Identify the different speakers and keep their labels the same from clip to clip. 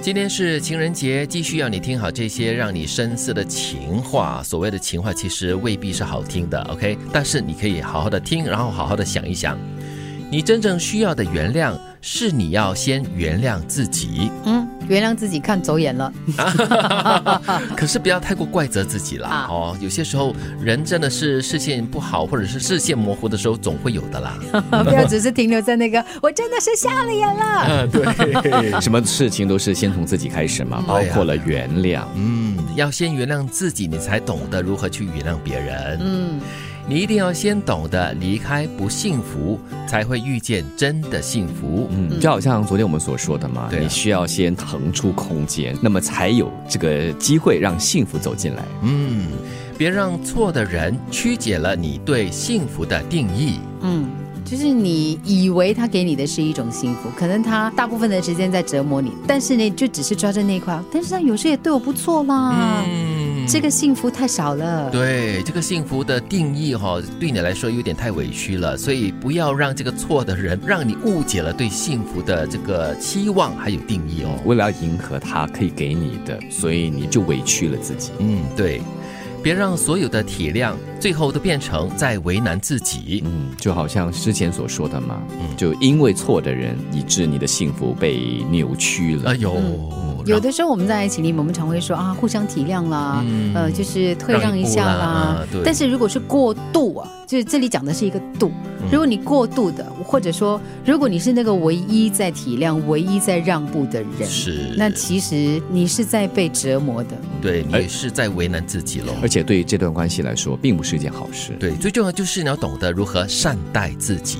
Speaker 1: 今天是情人节，继续要你听好这些让你深思的情话。所谓的情话，其实未必是好听的，OK？但是你可以好好的听，然后好好的想一想，你真正需要的原谅是你要先原谅自己，
Speaker 2: 嗯，原谅自己看走 眼了。
Speaker 1: 可是不要太过怪责自己啦
Speaker 2: 啊。
Speaker 1: 哦，有些时候人真的是视线不好，或者是视线模糊的时候，总会有的啦。
Speaker 2: 啊不要只是停留在那个， 我真的是瞎了眼了。
Speaker 1: 啊，对，
Speaker 3: 什么事情都是先从自己开始嘛，包括了原谅。
Speaker 1: 嗯，要先原谅自己，你才懂得如何去原谅别人。
Speaker 2: 嗯，
Speaker 1: 你一定要先懂得离开不幸福，才会遇见真的幸福。
Speaker 3: 嗯，就好像昨天我们所说的嘛，
Speaker 1: 对啊
Speaker 3: 你需要先腾出空间，那么才有这个机会让幸福走进来。
Speaker 1: 嗯，别让错的人曲解了你对幸福的定义。
Speaker 2: 嗯，就是你以为他给你的是一种幸福，可能他大部分的时间在折磨你，但是呢，就只是抓着那一块，但是他有时也对我不错啦。
Speaker 1: 嗯，
Speaker 2: 啊这个幸福太少了。
Speaker 1: 对这个幸福的定义哈、对你来说有点太委屈了，所以不要让这个错的人让你误解了对幸福的这个期望还有定义哦。
Speaker 3: 为了要迎合他可以给你的，所以你就委屈了自己。
Speaker 1: 嗯，对，别让所有的体谅最后都变成在为难自己。
Speaker 3: 嗯，就好像之前所说的嘛，
Speaker 1: 嗯
Speaker 3: 就因为错的人，以致你的幸福被扭曲了。
Speaker 1: 哎呦，
Speaker 2: 嗯有的时候我们在爱情里面，我们常会说啊，互相体谅啦，
Speaker 1: 嗯
Speaker 2: 呃，就是退让
Speaker 1: 让一
Speaker 2: 一下
Speaker 1: 步啦
Speaker 2: 啦
Speaker 1: 啊。对
Speaker 2: 但是如果是过度啊，就是这里讲的是一个度。如果你过度的，或者说如果你是那个唯一在体谅、唯一在让步的人，
Speaker 1: 是，
Speaker 2: 那其实你是在被折磨的。
Speaker 1: 对你
Speaker 3: 哎
Speaker 1: 也是在为难自己喽。
Speaker 2: 哎
Speaker 3: 而且对于这段关系来说，并不是一件好事。
Speaker 1: 对，最重要就是你要懂得如何善待自己。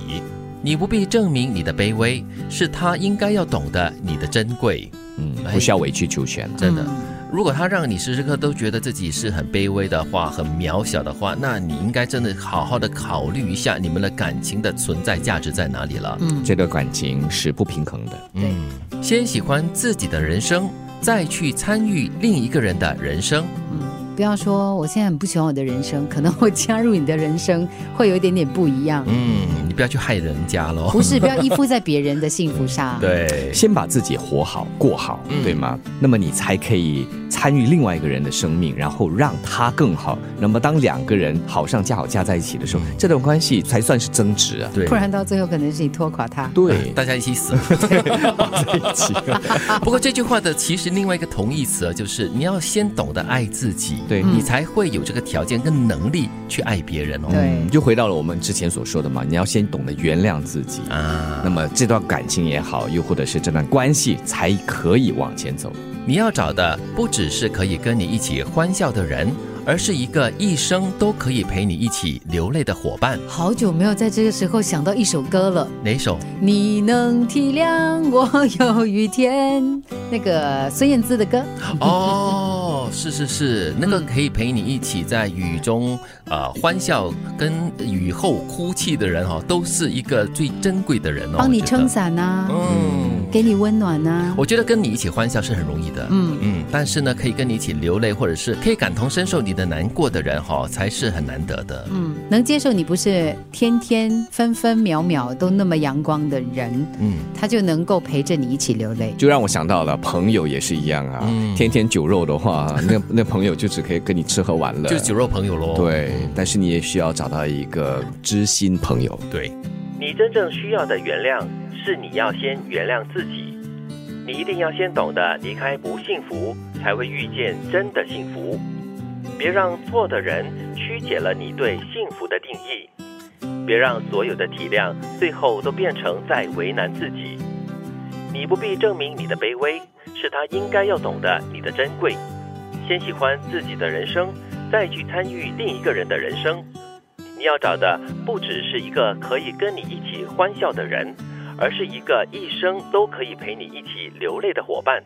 Speaker 1: 你不必证明你的卑微，是他应该要懂得你的珍贵。
Speaker 3: 嗯，
Speaker 1: 哎
Speaker 3: 不需要委曲求全了。
Speaker 1: 真的
Speaker 2: 嗯，
Speaker 1: 如果他让你时时刻刻都觉得自己是很卑微的话，很渺小的话，那你应该真的好好的考虑一下你们的感情的存在价值在哪里了。
Speaker 2: 嗯，
Speaker 3: 这段感情是不平衡的。
Speaker 2: 对
Speaker 1: 嗯，先喜欢自己的人生，再去参与另一个人的人生。
Speaker 2: 不要说我现在很不喜欢我的人生，可能我加入你的人生会有一点点不一样。
Speaker 1: 嗯，你不要去害人家喽。
Speaker 2: 不是，不要依附在别人的幸福上。，
Speaker 1: 对，
Speaker 3: 先把自己活好、过好，
Speaker 1: 嗯
Speaker 3: 对吗？那么你才可以参与另外一个人的生命，然后让他更好。那么当两个人好上加好加在一起的时候，
Speaker 1: 嗯
Speaker 3: 这段关系才算是增值啊。
Speaker 1: 对
Speaker 2: 不然到最后可能是你拖垮他。
Speaker 3: 对，
Speaker 1: 大家一起 死。
Speaker 3: 在一起。啊
Speaker 1: 不过这句话的其实另外一个同义词啊，就是你要先懂得爱自己，
Speaker 3: 对
Speaker 1: 你才会有这个条件跟能力去爱别人哦。
Speaker 2: 对
Speaker 3: 嗯，就回到了我们之前所说的嘛，你要先懂得原谅自己。
Speaker 1: 啊，
Speaker 3: 那么这段感情也好，又或者是这段关系，才可以往前走。
Speaker 1: 你要找的不只是可以跟你一起欢笑的人，而是一个一生都可以陪你一起流泪的伙伴。
Speaker 2: 好久没有在这个时候想到一首歌了。
Speaker 1: 哪首？
Speaker 2: 你能体谅我有雨天，那个孙燕姿的歌。
Speaker 1: 哦，是是是，那个可以陪你一起在雨中呃欢笑，跟雨后哭泣的人哦，都是一个最珍贵的人哦。
Speaker 2: 帮你
Speaker 1: 我觉得
Speaker 2: 撑，伞呐、
Speaker 1: 嗯，
Speaker 2: 给你温暖呐、
Speaker 1: 我觉得跟你一起欢笑是很容易的，
Speaker 2: 嗯
Speaker 1: 嗯，但是呢，可以跟你一起流泪，或者是可以感同身受你的难过的人哈、才是很难得的。
Speaker 2: 嗯，能接受你不是天天分分秒秒都那么阳光的人，
Speaker 1: 嗯，
Speaker 2: 他就能够陪着你一起流泪。
Speaker 3: 就让我想到了朋友也是一样啊，
Speaker 1: 嗯
Speaker 3: 天天酒肉的话，那 那朋友就只可以跟你吃喝玩乐，
Speaker 1: 就是酒肉朋友喽。
Speaker 3: 对，但是你也需要找到一个知心朋友。
Speaker 1: 对，你真正需要的原谅是你要先原谅自己，你一定要先懂得离开不幸福，才会遇见真的幸福。别让错的人曲解了你对幸福的定义，别让所有的体谅最后都变成在为难自己。你不必证明你的卑微，是他应该要懂得你的珍贵。先喜欢自己的人生，再去参与另一个人的人生。你要找的不只是一个可以跟你一起欢笑的人，而是一个一生都可以陪你一起流泪的伙伴。